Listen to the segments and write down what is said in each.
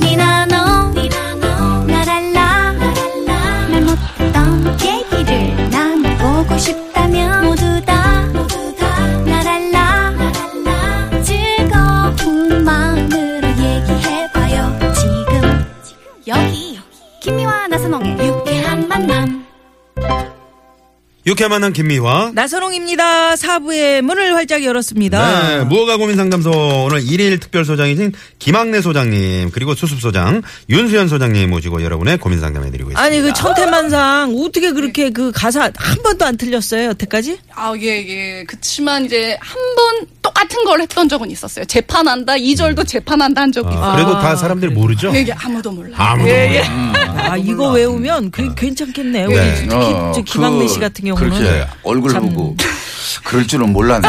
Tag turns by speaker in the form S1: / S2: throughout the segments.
S1: 니나노 나랄라 말 못했던 얘기를 나눠보고 싶다면 모두 다 나랄라 즐거운 마음으로 얘기해봐요 지금 여기 김미와 나선홍의 유쾌한 만남
S2: 유쾌 만한 김미화.
S3: 나선홍입니다. 사부의 문을 활짝 열었습니다.
S2: 네, 무허가 고민 상담소 오늘 일일 특별 소장이신 김학래 소장님 그리고 수습 소장 윤수현 소장님 모시고 여러분의 고민 상담해드리고 있습니다.
S3: 아니 그 천태만상 어떻게 그렇게 그 가사 한 번도 안 틀렸어요 여태까지?
S4: 아, 예, 예. 그치만 이제 한 번 똑같은 걸 했던 적은 있었어요. 재판한다, 이절도 재판한다 한 적이
S2: 아,
S4: 있어요.
S2: 그래도 다 사람들이 모르죠.
S4: 예, 이게 아무도 몰라.
S2: 아무도 몰라요.
S3: 아 이거 외우면 그 괜찮겠네. 우리
S2: 네.
S5: 어,
S3: 특히 저
S5: 그
S3: 김학래 씨 같은 경우는
S5: 그렇게 얼굴 보고 그럴 줄은 몰랐네.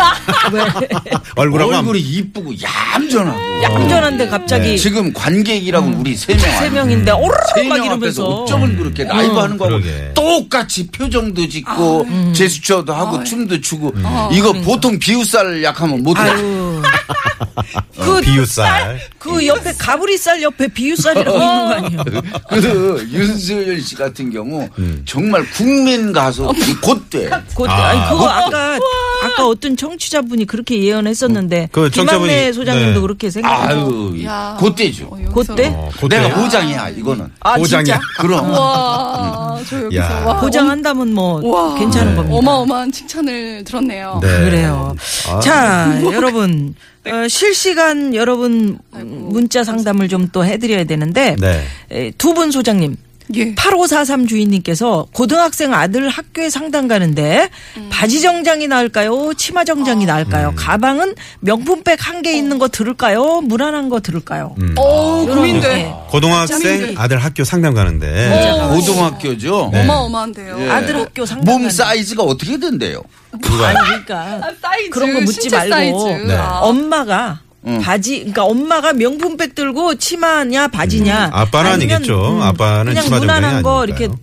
S2: 얼굴하고
S5: 얼굴이 이쁘고 얌전하고. 네.
S3: 얌전한데 갑자기
S5: 지금 관객이라고 우리 세 명.
S3: 세 명인데 오르르 막
S5: 세명
S3: 이러면서
S5: 앞에서 어쩜을 그렇게 라이브 하는 거하고
S2: 음, 그러게.
S5: 똑같이 표정도
S3: 아,
S5: 짓고
S3: 음.
S5: 제스처도 하고 춤도 추고 이거
S3: 그러니까.
S5: 보통 비웃살 약하면 못해.
S3: 어.
S2: 안- 비웃살.
S3: 그 옆에 가브리살 옆에 비유살이라고 있는 거 아니에요?
S5: 그 윤수열 씨 같은 경우
S2: 음.
S5: 정말 국민 가수 이 곧대.
S3: 그, 아니, 그거 아까 아까 어떤 청취자분이 그렇게 예언했었는데
S2: 그 청취자분이-
S3: 김학래 소장님도
S2: 네.
S3: 그렇게 생각.
S5: 아유 이
S4: 야.
S5: 곧대죠.
S4: 어, 여기서.
S3: 그때
S2: 어, 그때
S5: 내가 보장이야 이거는.
S3: 아
S2: 보장이야.
S3: 진짜
S5: 그럼
S4: 와, 저 여기서.
S2: 야.
S4: 와,
S3: 보장한다면 뭐
S4: 와.
S3: 괜찮은
S2: 네.
S3: 겁니다.
S4: 어마어마한 칭찬을 들었네요.
S2: 네.
S3: 그래요.
S2: 아.
S3: 자,
S4: 뭐.
S3: 여러분. 어, 실시간 여러분 문자 상담을 좀 또 해드려야 되는데
S2: 네.
S3: 두 분 소장님.
S4: 예.
S3: 8543 주인님께서 고등학생 아들 학교에 상담 가는데
S4: 음.
S3: 바지 정장이 나을까요? 치마
S4: 아.
S3: 정장이 나을까요?
S2: 음.
S3: 가방은 명품백 한 개 있는 거 들을까요? 무난한 거 들을까요?
S2: 음.
S4: 어, 고민돼.
S2: 고등학생 아들 학교 상담 가는데
S5: 어. 고등학교죠.
S4: 어마어마한데요.
S5: 예.
S3: 아들 학교 어. 네. 상담
S5: 몸
S3: 가는-
S5: 사이즈가 어떻게 된대요?
S3: 아니 그러니까
S4: 아, 사이즈.
S3: 그런 거 묻지
S4: 신체
S3: 말고
S4: 사이즈.
S2: 네.
S4: 아,
S3: 엄마가 바지 그러니까 엄마가 명품백 들고 치마냐 바지냐
S2: 음, 아빠는
S3: 아니면, 음,
S2: 아니겠죠. 아빠는
S3: 그냥
S2: 치마 정도는
S3: 무난한 거
S2: 아니니까요. 네.
S3: 이렇게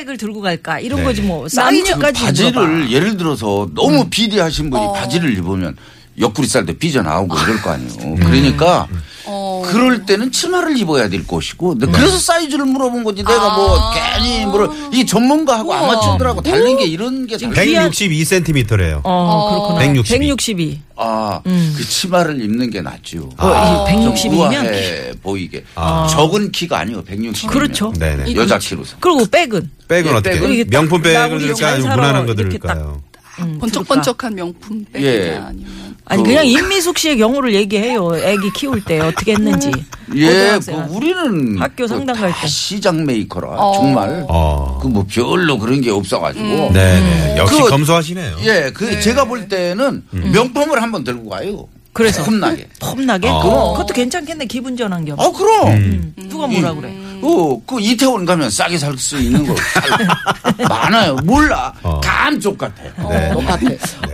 S3: 백을 들고 갈까 이런 거지 뭐 사이즈까지
S4: 그
S5: 바지를
S3: 물어봐. 음. 어.
S5: 예를 들어서 너무 비대하신 분이 바지를 입으면 옆구리 살도 삐져 나오고 이럴 거 아니에요.
S3: 음.
S5: 그러니까
S3: 어.
S5: 그럴 때는 치마를 입어야 될 것이고 근데
S3: 네.
S5: 그래서 사이즈를 물어본 거지 내가
S3: 아.
S5: 뭐 괜히 물어 이 전문가하고 아마추어들하고 다른 게 이런 게 달라.
S2: 162cm래요.
S3: 어 그렇구나
S2: 162.
S3: 162.
S5: 아, 그 치마를 입는 게 낫죠.
S3: 어, 음. 이
S5: 좀
S3: 162면
S5: 우아해 보이게. 적은 키가 아니고 160. 이면.
S3: 그렇죠.
S2: 네네.
S5: 여자 키로서.
S3: 그리고 백은
S2: 백은
S5: 예,
S2: 어떻게?
S5: 백은
S2: 돼요?
S3: 이게
S2: 명품
S3: 딱 나무를
S2: 백을 들을까 아니면
S3: 잘
S2: 무난한 거
S3: 살아 이렇게
S2: 들을까요?
S3: 음,
S4: 번쩍번쩍한 명품 백이나
S5: 예.
S4: 아니면.
S3: 아니
S5: 그-
S3: 그냥 임미숙 씨의 경우를 얘기해요. 애기 키울 때 어떻게 했는지.
S5: 예, 그
S3: 고등학생 아들.
S5: 우리는
S3: 학교
S5: 그
S3: 상담 갈
S5: 다
S3: 때.
S5: 시장 메이커라 정말
S2: 어.
S5: 그 뭐 별로 그런 게
S3: 음.
S5: 없어가지고
S2: 네네. 역시
S5: 그-
S2: 검소하시네요.
S5: 예, 그 제가 볼 때는
S2: 음.
S5: 명품을 한번 들고 가요.
S3: 그래서?
S5: 겁나게.
S3: 폼나게
S2: 어.
S3: 그거 그것도 괜찮겠네 기분 전환 겸.
S5: 어,
S2: 음.
S5: 그럼.
S3: 누가 음. 뭐라 그래?
S5: 어, 그 이태원 가면 싸게 살 수 있는 거 살- 많아요. 몰라.
S2: 어.
S5: 감쪽 같아.
S2: 네.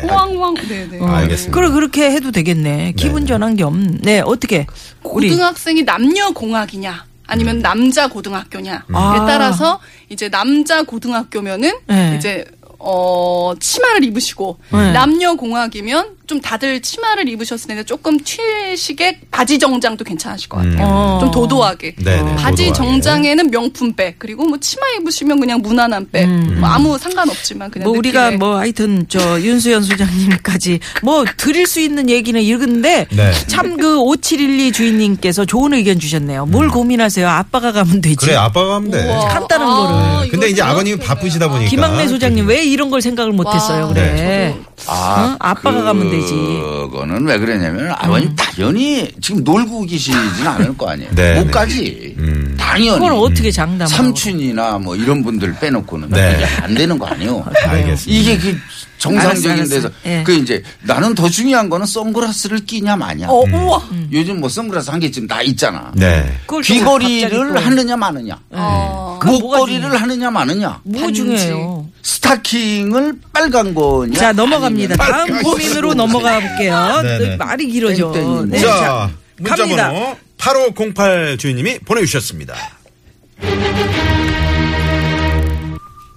S4: 호황호황. 네네.
S2: 알겠습니다.
S3: 그래 그렇게 해도 되겠네. 기분 전환 겸. 네 어떻게 우리
S4: 고등학생이 남녀 공학이냐 아니면 남자 고등학교냐에
S3: 음. 아.
S4: 따라서 이제 남자 고등학교면은
S3: 네.
S4: 이제 어 치마를 입으시고 남녀 공학이면 좀 다들 치마를 입으셨을 텐데 조금 튀식의 바지 정장도 괜찮으실 것 같아요.
S3: 어.
S4: 좀 도도하게
S2: 네네,
S4: 바지
S2: 도도하게.
S4: 정장에는 명품 백 그리고 뭐 치마 입으시면 그냥 무난한 백뭐 아무 상관없지만
S3: 음.
S4: 그냥
S3: 뭐 우리가
S4: 느낌의-
S3: 뭐 하여튼 저 윤수연 소장님까지 뭐 드릴 수 있는 얘기는 이건데
S2: 네.
S3: 참 그 5712 주인님께서 좋은 의견 주셨네요. 뭘 고민하세요? 아빠가 가면 되지.
S2: 음. 그래 아빠가 하면 돼. 네.
S4: 우와.
S3: 간단한 거를.
S4: 아,
S2: 근데
S4: 이거
S2: 이제 아버님이
S4: 그렇겠네요.
S2: 바쁘시다 보니까
S3: 김학래 소장님 왜 이런 걸 생각을 못했어요? 그래.
S5: 아,
S3: 응? 아빠가 가면 되지. 음.
S5: 그거는 왜 그러냐면 아버님 당연히 지금 놀고 계시진 않을 거 아니에요.
S2: 네,
S5: 못
S2: 네.
S5: 가지.
S2: 음.
S5: 당연히.
S3: 그걸 어떻게 장담을?
S5: 삼촌이나 뭐 이런 분들 빼놓고는
S2: 네.
S5: 이게 안 되는 거 아니에요.
S2: 알겠습니다.
S5: 이게 그
S3: 알았어,
S5: 정상적인
S3: 알았어.
S5: 데서
S3: 예.
S5: 그 이제 나는 더 중요한 거는 선글라스를 끼냐 마냐. 음.
S4: 어 우와
S3: 음.
S5: 요즘 뭐 선글라스 한 개쯤 다 있잖아.
S2: 네.
S3: 그걸 또 갑자기 또 어.
S5: 귀걸이를 하느냐 마느냐.
S4: 어.
S3: 그건 뭐가
S5: 목걸이를 하느냐 마느냐.
S3: 뭐 중요해요?
S5: 스타킹을 빨간 거냐.
S3: 자 넘어갑니다.
S5: 아니면
S3: 다음
S5: 빨간
S3: 고민으로
S5: 거냐.
S3: 넘어가 볼게요.
S2: 네, 네.
S3: 말이 길어져.
S5: 땡땡이.
S3: 네,
S2: 자,
S3: 갑니다.
S2: 문자번호 8508 주인님이 보내주셨습니다.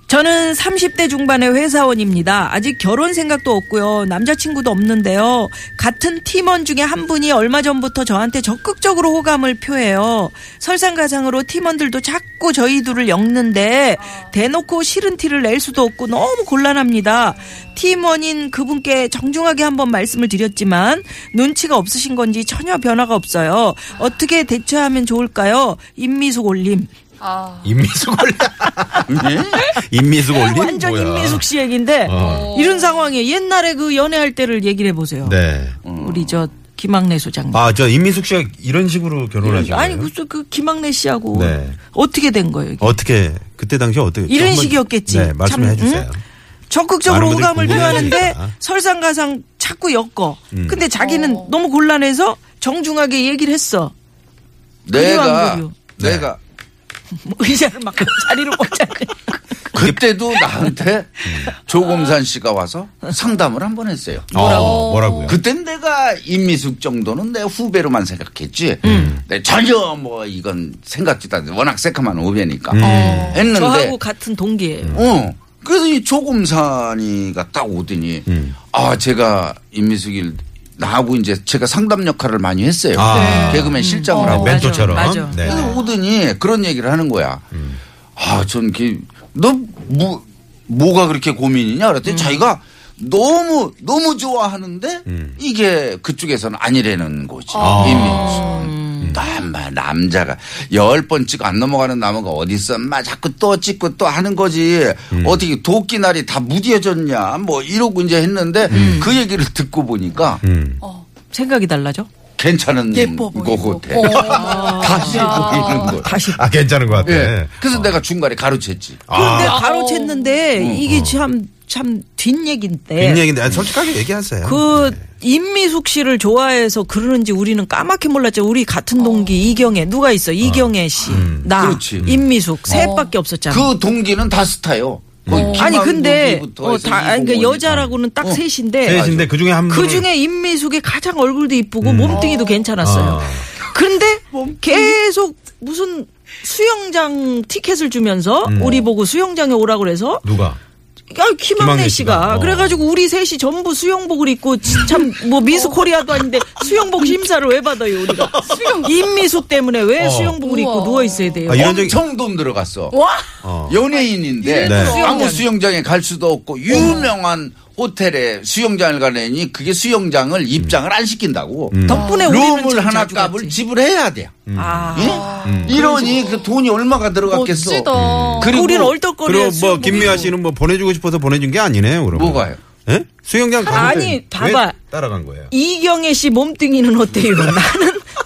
S3: 저는 30대 중반의 회사원입니다. 아직 결혼 생각도 없고요. 남자친구도 없는데요. 같은 팀원 중에 한 분이 얼마 전부터 저한테 적극적으로 호감을 표해요. 설상가상으로 팀원들도 자꾸 저희 둘을 엮는데 대놓고 싫은 티를 낼 수도 없고 너무 곤란합니다. 팀원인 그분께 정중하게 한번 말씀을 드렸지만 눈치가 없으신 건지 전혀 변화가 없어요. 어떻게 대처하면 좋을까요? 임미숙 올림.
S4: 아.
S2: 임미숙 올림. 임미숙 올림.
S3: 예? 완전
S2: 뭐야.
S3: 임민숙 씨 얘기인데
S2: 어.
S3: 이런 상황에 옛날에 그 연애할 때를 얘기를 해보세요.
S2: 네.
S3: 우리 저 김학래 소장님.
S2: 아, 저 임미숙 씨가 이런 식으로 결혼하신 거예요?
S3: 아니 무슨 그 김학래 씨하고
S2: 네.
S3: 어떻게 된 거예요? 이게?
S2: 어떻게 그때 당시 어떻게
S3: 이런
S2: 한번-
S3: 식이었겠지.
S2: 네, 말씀해
S3: 참,
S2: 주세요.
S3: 적극적으로
S2: 많은 분들이
S3: 호감을 표하는데
S2: 궁금해하시니까.
S3: 설상가상 자꾸 엮어.
S2: 음.
S3: 근데 자기는 너무 곤란해서 정중하게 얘기를 했어.
S5: 내가
S3: 의료왕국이요.
S5: 내가
S2: 네.
S3: 뭐 의자를 막 자리를 못 잡고.
S5: 그때도 나한테
S2: 음.
S5: 조공산 씨가 와서 상담을 한 번 했어요.
S2: 뭐라고? 뭐라고요?
S5: 그땐 내가 임미숙 정도는 내 후배로만 생각했지.
S2: 음.
S5: 내 전혀 뭐 이건 생각지도 않 워낙 새카만 후배니까.
S2: 음.
S5: 했는데.
S3: 저하고 같은 동기예요.
S5: 어. 그래서 이 조금산이가 딱 오더니
S2: 음.
S5: 아 제가 임미숙이 나하고 이제 제가 상담 역할을 많이 했어요.
S2: 아.
S3: 음.
S5: 개그맨 실장을
S2: 아,
S5: 하고.
S2: 멘토처럼.
S3: 어, 맞아.
S2: 네. 음.
S5: 그래서 오더니 그런 얘기를 하는 거야. 아, 전 그, 너 뭐, 뭐가 그렇게 고민이냐? 그랬더니
S4: 음.
S5: 자기가 너무, 너무 좋아하는데
S2: 음.
S5: 이게 그쪽에서는 아니라는 거지.
S4: 음.
S5: 이미. 남마 남자가 열 번 찍고 안 넘어가는 나무가 어딨어? 마 자꾸 또 찍고 또 하는 거지.
S2: 음.
S5: 어떻게 도끼날이 다 무뎌졌냐? 뭐 이러고 이제 했는데 그 얘기를 듣고 보니까
S2: 음.
S3: 생각이 달라져?
S5: 괜찮은
S4: 예뻐
S5: 거
S4: 보이고. 어.
S5: 같아. 다시 보이는 거.
S3: 다시.
S2: 아, 괜찮은 것 같아.
S5: 예. 그래서 내가 중간에 가로챘지.
S3: 그런데
S2: 아, 음.
S3: 가로챘는데 이게 참, 참 뒷얘기인데.
S2: 빈 얘기인데 아니, 솔직하게 얘기하세요.
S3: 그 임미숙 씨를 좋아해서 그러는지 우리는 까맣게 몰랐죠. 우리 같은 동기 이경애 누가 있어? 이경애 씨, 나,
S5: 어. 음. 그렇지. 어.
S3: 임미숙 셋밖에 없었잖아.
S5: 그 동기는 다 스타요. 거의
S3: 어. 아니
S5: 김한국
S3: 근데
S5: 동기부터
S3: 어,
S5: 해서
S3: 다 아니, 그러니까
S5: 이공원.
S3: 여자라고는 딱
S5: 어.
S3: 셋인데
S2: 셋인데 그 중에 한 분.
S3: 그 중에 임미숙이 가장 얼굴도 이쁘고
S5: 음.
S3: 몸뚱이도 괜찮았어요.
S2: 아.
S3: 근데 계속 무슨 수영장 티켓을 주면서
S5: 음.
S3: 우리 보고 수영장에 오라고 그래서
S2: 누가?
S3: 야, 김학래
S2: 김학래
S3: 씨가.
S2: 씨가. 어.
S3: 그래가지고 우리 셋이 전부 수영복을 입고 참 뭐 미스 코리아도 아닌데 수영복 심사를 왜 받아요, 우리가. 임미숙 때문에 왜
S2: 어.
S3: 수영복을 입고
S4: 우와.
S3: 누워있어야 돼요.
S2: 아, 이런 적이-
S5: 엄청 돈 들어갔어.
S4: 와.
S2: 어.
S5: 연예인인데
S2: 네.
S5: 아무 수영장에 갈 수도 없고 유명한 호텔에 수영장을 가려니 그게 수영장을 입장을 안 시킨다고.
S2: 음.
S3: 덕분에 우리는
S5: 룸을
S3: 참
S5: 하나
S3: 자주
S5: 값을
S3: 갔지.
S5: 지불해야 돼.
S3: 아.
S2: 음.
S5: 예? 이러니 그 돈이 얼마가 들어갔겠어.
S4: 멋지다.
S5: 그리고
S3: 우린 얼떨거려.
S2: 그리고 뭐
S3: 수영복
S2: 김미아
S3: 입고.
S2: 씨는 뭐 보내주고 싶어서 보내준 게 아니네요. 그러면.
S5: 뭐가요?
S2: 예? 수영장 가는데
S3: 아니,
S2: 왜
S3: 봐봐.
S2: 따라간 거예요.
S3: 이경애 씨 몸뚱이는 어때요? 나는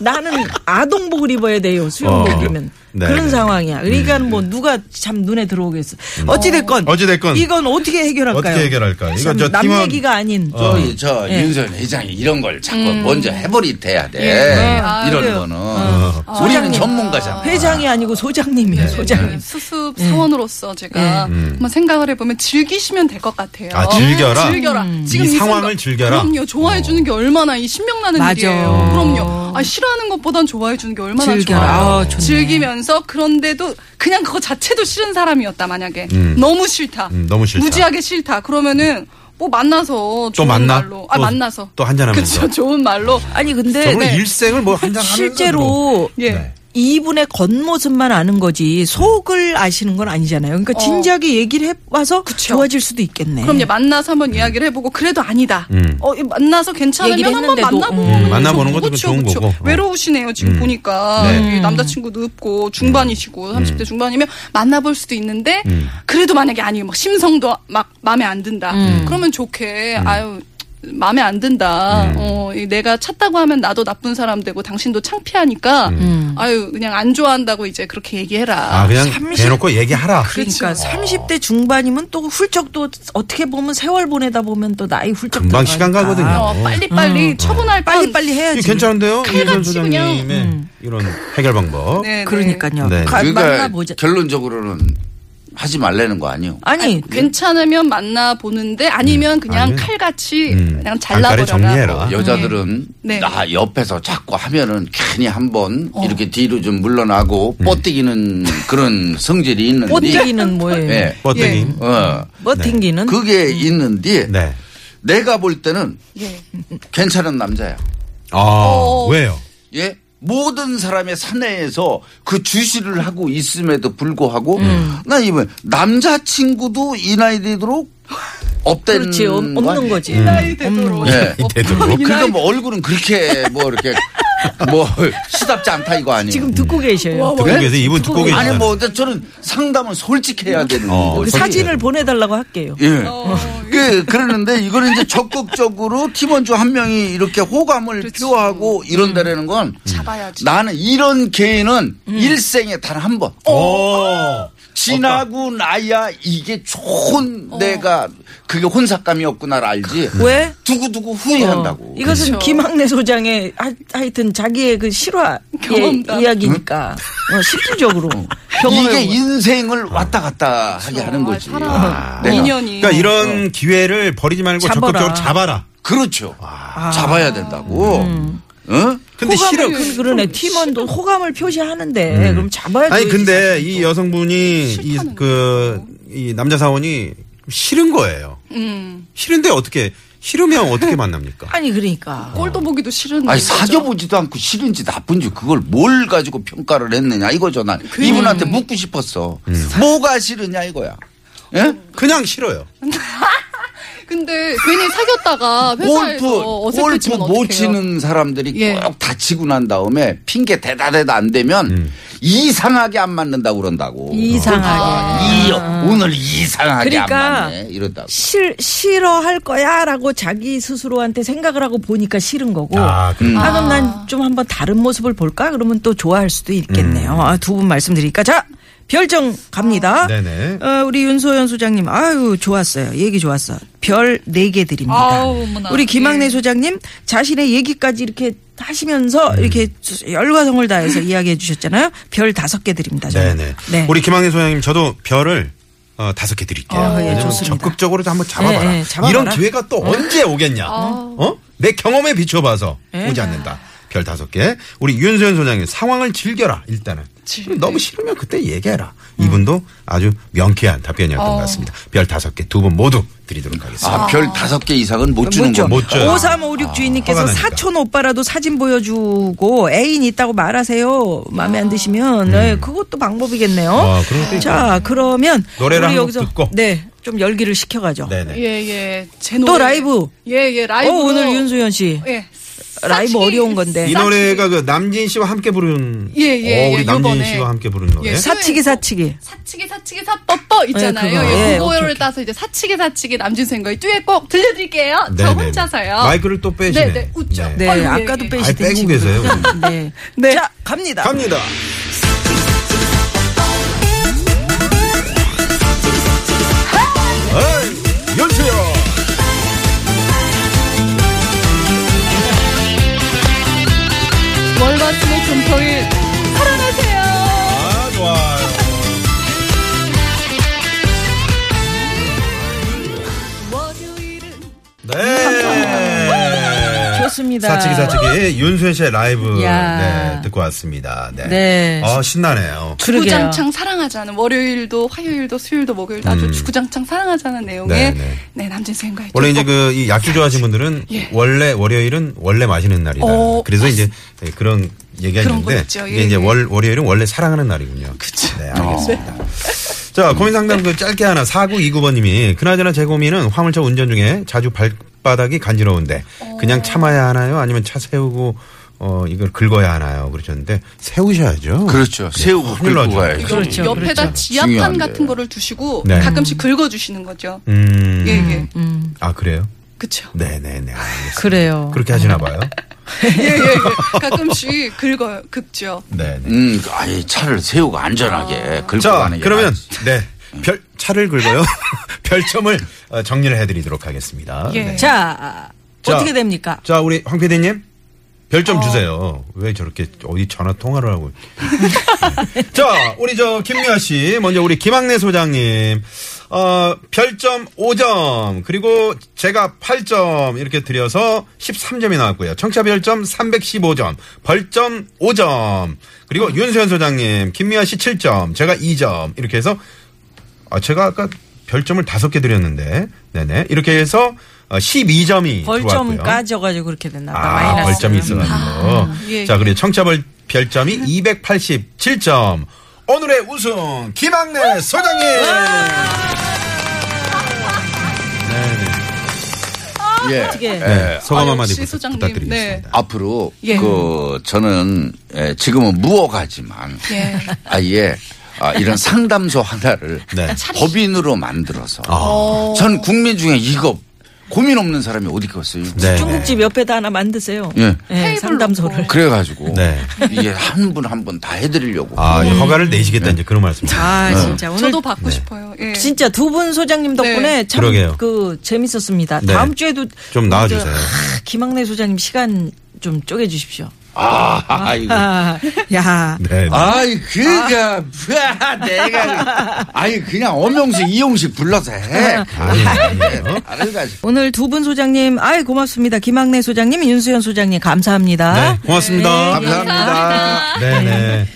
S3: 나는 아동복을 입어야 돼요. 수영복이면
S2: 어. 네,
S3: 그런
S2: 네.
S3: 상황이야. 그러니까 뭐 누가 참 눈에 들어오겠어. 어찌 됐건
S2: 어찌 됐건
S3: 이건 어떻게 해결할까요?
S2: 어떻게 해결할까요? 이건
S3: 참
S2: 저
S3: 남
S2: 팀원-
S3: 얘기가 아닌
S2: 어.
S5: 저희 저
S3: 예. 음.
S5: 윤선 회장이 이런 걸 자꾸 먼저 해버리 돼야 돼.
S4: 아,
S5: 이런
S3: 그래요.
S5: 거는
S3: 예. 네. 어.
S5: 우리는
S3: 소장님.
S5: 전문가잖아.
S3: 회장이 아니고 소장님이에요.
S2: 네.
S3: 소장님. 네.
S4: 수습 사원으로서 제가 한번 생각을 해보면 즐기시면 될 것 같아요.
S2: 아, 즐겨라?
S4: 즐겨라.
S3: 음.
S2: 이
S4: 지금
S2: 상황을
S4: 순간-
S2: 즐겨라? 어.
S4: 그럼요. 좋아해 주는 게 얼마나 이 신명나는
S3: 맞아. 음.
S4: 일이에요. 그럼요. 아, 싫어하는 것보단 좋아해 주는 게 얼마나
S3: 즐겨라.
S4: 좋아요.
S3: 아, 좋네.
S4: 즐기면서 그런데도 그냥 그거 자체도 싫은 사람이었다 만약에 너무 싫다.
S2: 음, 너무 싫다.
S4: 무지하게 싫다. 그러면은 뭐 만나서
S2: 또
S4: 좋은
S2: 만나?
S4: 말로 아
S2: 또-
S4: 만나서
S2: 또 한잔하면서.
S4: 그쵸 좋은 말로 네.
S3: 아니 근데
S2: 정말 일생을 뭐 한장 하면서
S3: 네, 실제로
S4: 예.
S2: 네.
S3: 이분의 겉모습만 아는 거지 속을 아시는 건 아니잖아요. 그러니까 진작에 얘기를 해봐서 좋아질 수도 있겠네.
S4: 어. 그럼요 만나서 한번 이야기를 해보고 그래도 아니다.
S2: 음.
S4: 어 이- 만나서 괜찮으면
S3: 얘기를
S4: 한번
S3: 했는데도.
S4: 만나보는 그렇죠,
S2: 음, 만나보는 것도
S4: 그쵸,
S2: 좋은
S4: 그쵸.
S2: 거고. 어.
S4: 외로우시네요 지금 보니까 음.
S2: 네. 음.
S4: 이 남자친구도 없고 중반이시고 30대 중반이면 만나볼 수도 있는데 그래도 만약에 아니면 막 심성도 막 마음에 안 든다. 그러면 좋게
S2: 음.
S4: 아유. 마음에 안 든다. 어, 이 내가 찾다고 하면 나도 나쁜 사람 되고 당신도 창피하니까
S3: 음.
S4: 아유 그냥 안 좋아한다고 이제 그렇게 얘기해라.
S2: 음. 아, 그냥
S3: 삼십-
S2: 대놓고 얘기하라.
S3: 그러니까
S4: 그렇죠.
S3: 30대 중반이면 또 훌쩍 또 어떻게 보면 세월 보내다 보면 또 나이 훌쩍
S2: 금방
S3: 들어가니까.
S2: 시간 가거든요.
S4: 어,
S3: 음.
S4: 빨리빨리 처분할
S3: 빨리
S4: 뻔.
S3: 빨리
S2: 이거
S3: 해야지.
S2: 괜찮은데요? 윤선
S4: 칼같이 그냥.
S2: 소장님의 이런 해결 방법.
S4: 네, 네.
S2: 어,
S3: 그러니까요.
S2: 네.
S3: 가-
S5: 그러니까
S3: 만나보자.
S5: 결론적으로는 하지 말라는 거 아니요.
S3: 아니, 그
S4: 아니, 괜찮으면 만나 보는데 아니면 그냥
S2: 음. 아니요.
S4: 칼같이
S2: 음.
S4: 그냥
S2: 단가를 정리해라.
S4: 잘라버려라.
S5: 여자들은
S4: 네.
S5: 나 옆에서 자꾸 하면은 괜히 한번
S3: 어.
S5: 이렇게 뒤로 좀 물러나고
S2: 음.
S5: 뻗뛰기는 그런 성질이 있는데.
S3: 뻗기는 뭐예요?
S5: 예.
S2: 버튼이.
S5: 어.
S3: 뻗팅기는
S5: 그게 있는데
S3: 예.
S2: 네.
S5: 내가 볼 때는
S4: 예.
S5: 괜찮은 남자야.
S2: 아,
S3: 어.
S2: 왜요?
S5: 예? 모든 사람의 사내에서 그 주시를 하고 있음에도 불구하고 나 이번 남자친구도 이 나이 되도록 없다는
S3: 그렇지 없-
S5: 거
S3: 없는
S5: 아니에요?
S2: 음.
S3: 거지.
S4: 나이 되도록.
S5: 예.
S4: 없-
S2: 되도록.
S4: 이
S5: 그러니까
S4: 나이-
S5: 뭐 얼굴은 그렇게 뭐 이렇게 뭐 시답지 않다 이거 아니에요.
S3: 지금 듣고 계셔요.
S4: 와, 와.
S2: 듣고 계세요.
S3: 네?
S2: 이분 듣고 계시잖아요.
S5: 아니 뭐 근데 저는 상담은 솔직해야 되는
S2: 어,
S5: 거지.
S3: 우리 그 사진을 보내달라고 할게요.
S5: 예.
S4: 어,
S5: 그 그러는데 이거는 이제 적극적으로 팀원 중 한 명이 이렇게 호감을 표하고 이런다라는 건
S4: 잡아야지.
S5: 나는 이런 개인은 일생에 단 한 번.
S2: 어.
S3: 뭐.
S2: 오.
S5: 지나고 나야 이게 좋은 내가 그게 혼삭감이었구나를 알지.
S3: 그,
S2: 음.
S3: 왜?
S5: 두고두고
S3: 어,
S5: 후회한다고.
S3: 이것은
S4: 그렇죠.
S3: 김학래 소장의 하, 하여튼 자기의 그 실화
S4: 경험담.
S3: 예, 이야기니까 어, 실질적으로 경험을
S5: 이게 인생을 왔다 갔다 하게 하는
S4: 아,
S5: 거지.
S4: 사람
S5: 내가.
S4: 인연이.
S2: 그러니까 이런 기회를 버리지 말고
S3: 잡아라.
S2: 적극적으로 잡아라.
S5: 그렇죠. 잡아야 된다고. 어?
S2: 근데 싫어.
S3: 그- 그러네 팀원도 호감을 표시하는데 그럼 잡아야지.
S2: 아니 근데 이 여성분이 이 그 이 남자 사원이 싫은 거예요.
S4: 음.
S2: 싫은데 어떻게 싫으면 어떻게 만납니까?
S3: 아니 그러니까
S4: 꼴도 보기도 싫은.
S5: 아니
S4: 거죠.
S5: 사겨보지도 않고 싫은지 나쁜지 그걸 뭘 가지고 평가를 했느냐 이거죠 난 이분한테 묻고 싶었어
S2: 음.
S5: 뭐가 싫으냐 이거야 예?
S2: 그냥 싫어요.
S4: 근데 괜히 사귀었다가 그 회사에서
S5: 골프 골프
S4: 어색해지면
S5: 못
S4: 어떡해요?
S2: 뭐
S5: 치는 사람들이
S4: 예.
S5: 꼭 다치고 난 다음에 핑계 대다 대다 안 되면
S2: 음.
S5: 이상하게 안 맞는다고 그런다고
S3: 이상하게
S5: 아, 이, 오늘 이상하게 안
S3: 그러니까
S5: 맞네 이런다고
S3: 싫 싫어할 거야라고 자기 스스로한테 생각을 하고 보니까 싫은 거고.
S2: 아, 그래.
S3: 아, 그럼 난 좀 한번 다른 모습을 볼까? 그러면 또 좋아할 수도 있겠네요. 아, 두 분 말씀드리니까. 자, 별정 갑니다.
S2: 네네.
S3: 어, 우리 윤소연 소장님, 아유, 좋았어요. 얘기 좋았어. 별 네 개 드립니다.
S4: 아우, 어머나.
S3: 우리 김학래
S4: 예.
S3: 소장님, 자신의 얘기까지 이렇게 하시면서
S2: 음.
S3: 이렇게 열과 성을 다해서 이야기해 주셨잖아요. 별 다섯 개 드립니다. 저는.
S2: 네네.
S3: 네.
S2: 우리 김학래 소장님 저도 별을 어, 다섯 개 드릴게요.
S3: 아, 예,
S2: 왜냐면
S3: 좋습니다.
S2: 적극적으로 좀 한번 잡아봐라.
S3: 예, 예, 잡아봐라.
S2: 이런 기회가 또 언제 오겠냐. 어? 내 경험에 비춰봐서 오지 않는다. 별 다섯 개. 우리 윤소연 소장님 상황을 즐겨라 일단은. 너무 싫으면 그때 얘기해라. 이분도 아주 명쾌한 답변이었던 것 같습니다. 별 다섯 개 두 분 모두 드리도록 하겠습니다.
S5: 아 별 다섯 개 이상은 못 주는
S3: 죠
S5: 거
S2: 못 줘요.
S3: 5356 주인님께서
S2: 아, 화가 나니까.
S3: 사촌 오빠라도 사진 보여주고 애인 있다고 말하세요. 마음에 안 드시면 네, 그것도 방법이겠네요.
S2: 아, 그럴 수도
S3: 자, 그러면
S2: 노래를
S3: 우리
S2: 한곡
S3: 여기서
S2: 듣고.
S3: 네, 좀 열기를 식혀가죠.
S2: 네네.
S4: 예, 예. 제
S3: 또 라이브.
S4: 예, 예.
S3: 어,
S4: 라이브.
S3: 오늘 윤소연 씨
S4: 예.
S3: 라이브
S4: 사치-
S3: 어려운 건데
S2: 이 노래가 그 남진 씨와 함께 부른
S4: 예, 예,
S2: 어, 우리
S4: 예,
S2: 남진
S4: 요번에.
S2: 씨와 함께 부른 노래.
S4: 예.
S3: 사치기 사치기.
S4: 사치기 사치기 사뻐뻐 있잖아요.
S3: 예, 그거.
S4: 예,
S3: 예,
S4: 그거를
S3: 오케이, 오케이.
S4: 따서 이제 사치기 사치기 남진생과의 듀엣 꼭 들려드릴게요. 저
S2: 네네네.
S4: 혼자서요.
S2: 마이크를 또 빼시네.
S4: 네, 네, 웃죠.
S2: 네.
S3: 네,
S4: 아유, 예,
S3: 아까도
S4: 예.
S2: 아이,
S3: 빼시던
S2: 빼고 계세요.
S3: 네. 자, 갑니다.
S2: 갑니다. 에이, 네, 연주요.
S4: 월화수목 금토일 사랑하세요.
S2: 아 좋아요. 네.
S3: 좋습니다.
S2: 사치기 사치기 윤수현 씨의 라이브
S3: 야.
S2: 네, 듣고 왔습니다. 네.
S3: 네.
S2: 아 신나네요.
S3: 그러게요.
S4: 주구장창 사랑하자는 월요일도 화요일도 수요일도 목요일도 아주 주구장창 사랑하자는 내용의
S2: 음. 네네.
S4: 네, 남진생과의
S2: 원래 이제
S4: 듀엣곡.
S2: 그 이 약주 좋아하시는 분들은
S4: 예.
S2: 원래 월요일은 원래 마시는 날이다.
S4: 어,
S2: 그래서 이제 네, 그런 얘기가
S4: 그런 거
S2: 있는데
S4: 있죠.
S2: 이게
S4: 예,
S2: 이제
S4: 예.
S2: 월 월요일은 원래 사랑하는 날이군요.
S4: 그쵸. 어.
S2: 네,
S5: 아,
S2: 알겠습니다. 자, 고민 상담 그 짧게 하나 4929번님이 그나저나 제 고민은 화물차 운전 중에 자주 발바닥이 간지러운데
S4: 어.
S2: 그냥 참아야 하나요? 아니면 차 세우고 어 이걸 긁어야 하나요? 그러셨는데 세우셔야죠.
S5: 그렇죠
S2: 그래,
S5: 세우고
S2: 확
S5: 긁고
S2: 눌러줘.
S5: 가야지
S3: 그렇죠,
S4: 옆에다
S3: 그렇죠.
S4: 지압판
S5: 중요한데.
S4: 같은 거를 두시고
S2: 네.
S4: 가끔씩 긁어주시는 거죠.
S2: 음.
S4: 예, 예.
S2: 아 그래요?
S4: 그쵸.
S2: 네, 네, 네. 알겠습니다.
S3: 그래요.
S2: 그렇게 하시나 봐요.
S3: 음.
S4: 예, 예, 예. 가끔씩 긁어요. 긁죠.
S2: 네, 네.
S5: 음 아예 차를 세우고 안전하게 긁고
S2: 자,
S5: 가는 게
S2: 그러면
S5: 낫지.
S2: 네. 별 차를 긁어요. 별점을 어, 정리를 해 드리도록 하겠습니다.
S4: 예.
S2: 아, 네.
S3: 자,
S2: 자.
S3: 어떻게 됩니까?
S2: 자, 우리 황 PD님. 별
S3: 어.
S2: 좀 주세요. 왜 저렇게 어디 전화 통화를 하고. 네. 자, 우리 저 김미아 씨, 먼저 우리 김학래 소장님, 어, 별점 5점, 그리고 제가 8점 이렇게 드려서 13점이 나왔고요. 청차 별점 315점, 벌점 5점, 그리고
S3: 어.
S2: 윤수현 소장님, 김미아 씨 7점, 제가 2점 이렇게 해서 아, 제가 아까 별점을 다섯 개 드렸는데, 네네. 이렇게 해서 어, 12점이
S3: 벌점
S2: 들어왔고요.
S3: 까져가지고 그렇게 됐나 봐.
S2: 아,
S3: 마이너스. 음.
S2: 벌점이 있어가지고.
S4: 예,
S2: 자,
S4: 예.
S2: 그리고 청차벌 별점이 287점. 오늘의 우승, 김학래 소장님! 네네.
S5: 예.
S3: 어떻게
S2: 네, 소감
S4: 아,
S2: 한마디
S4: 역시
S2: 부-
S4: 소장님.
S5: 네.
S2: 부탁드리겠습니다.
S5: 앞으로
S4: 예.
S5: 그 저는 예, 지금은 무어가지만
S4: 예.
S5: 아예 아, 이런 상담소 하나를
S2: 네.
S5: 법인으로 만들어서
S2: 아,
S5: 전 국민 중에 이거 고민 없는 사람이 어디 있겠어요?
S2: 네.
S3: 중국집 옆에다 하나 만드세요.
S5: 예.
S3: 예,
S4: 테이블
S3: 상담소를.
S5: 그래가지고
S2: 네.
S5: 이게 한 분 한 분 다 해드리려고.
S2: 아, 예, 허가를 내시겠다, 이제 그런 말씀.
S3: 아,
S2: 어.
S3: 진짜 오늘
S4: 저도
S2: 네.
S4: 받고 싶어요. 예.
S3: 진짜 두 분 소장님 덕분에
S4: 네.
S3: 참
S2: 그러게요.
S3: 그 재밌었습니다.
S2: 네.
S3: 다음 주에도
S2: 좀 나와주세요.
S3: 아, 김학래 소장님 시간 좀 쪼개 주십시오.
S5: 아, 아이고.
S3: 아, 야.
S2: 네. 네.
S5: 아이 그니까 아, 내가 아이 그냥 엄영수 이용식 불러서 해.
S2: 아니, 아니에요.
S5: 알아가지고.
S3: 오늘 두 분 소장님, 아이 고맙습니다. 김학래 소장님, 윤수현 소장님 아, 감사합니다.
S2: 네, 고맙습니다.
S5: 감사합니다.
S2: 네네.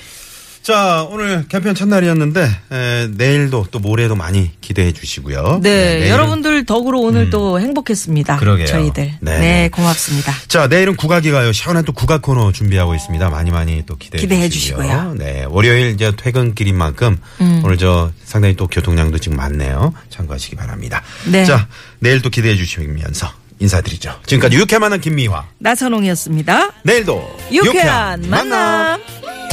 S2: 자, 오늘 개편 첫날이었는데, 에, 내일도 또 모레도 많이 기대해 주시고요.
S3: 네,
S2: 내일은- 음.
S3: 여러분들 덕으로 오늘 또 행복했습니다.
S2: 그러게요.
S3: 저희들.
S2: 네.
S3: 네, 고맙습니다.
S2: 자, 내일은 국악이 가요. 시원한 또 국악 코너 준비하고 있습니다. 많이 많이 또 기대해,
S3: 기대해
S2: 주시고요. 음.
S3: 주시고요.
S2: 네. 월요일 이제 퇴근길인 만큼 오늘 저 상당히 또 교통량도 지금 많네요. 참고하시기 바랍니다.
S3: 네.
S2: 자, 내일 또 기대해 주시면서 인사드리죠. 지금까지 유쾌한 만남 김미화.
S3: 나선홍이었습니다.
S2: 내일도
S3: 유쾌한 만남.
S1: 나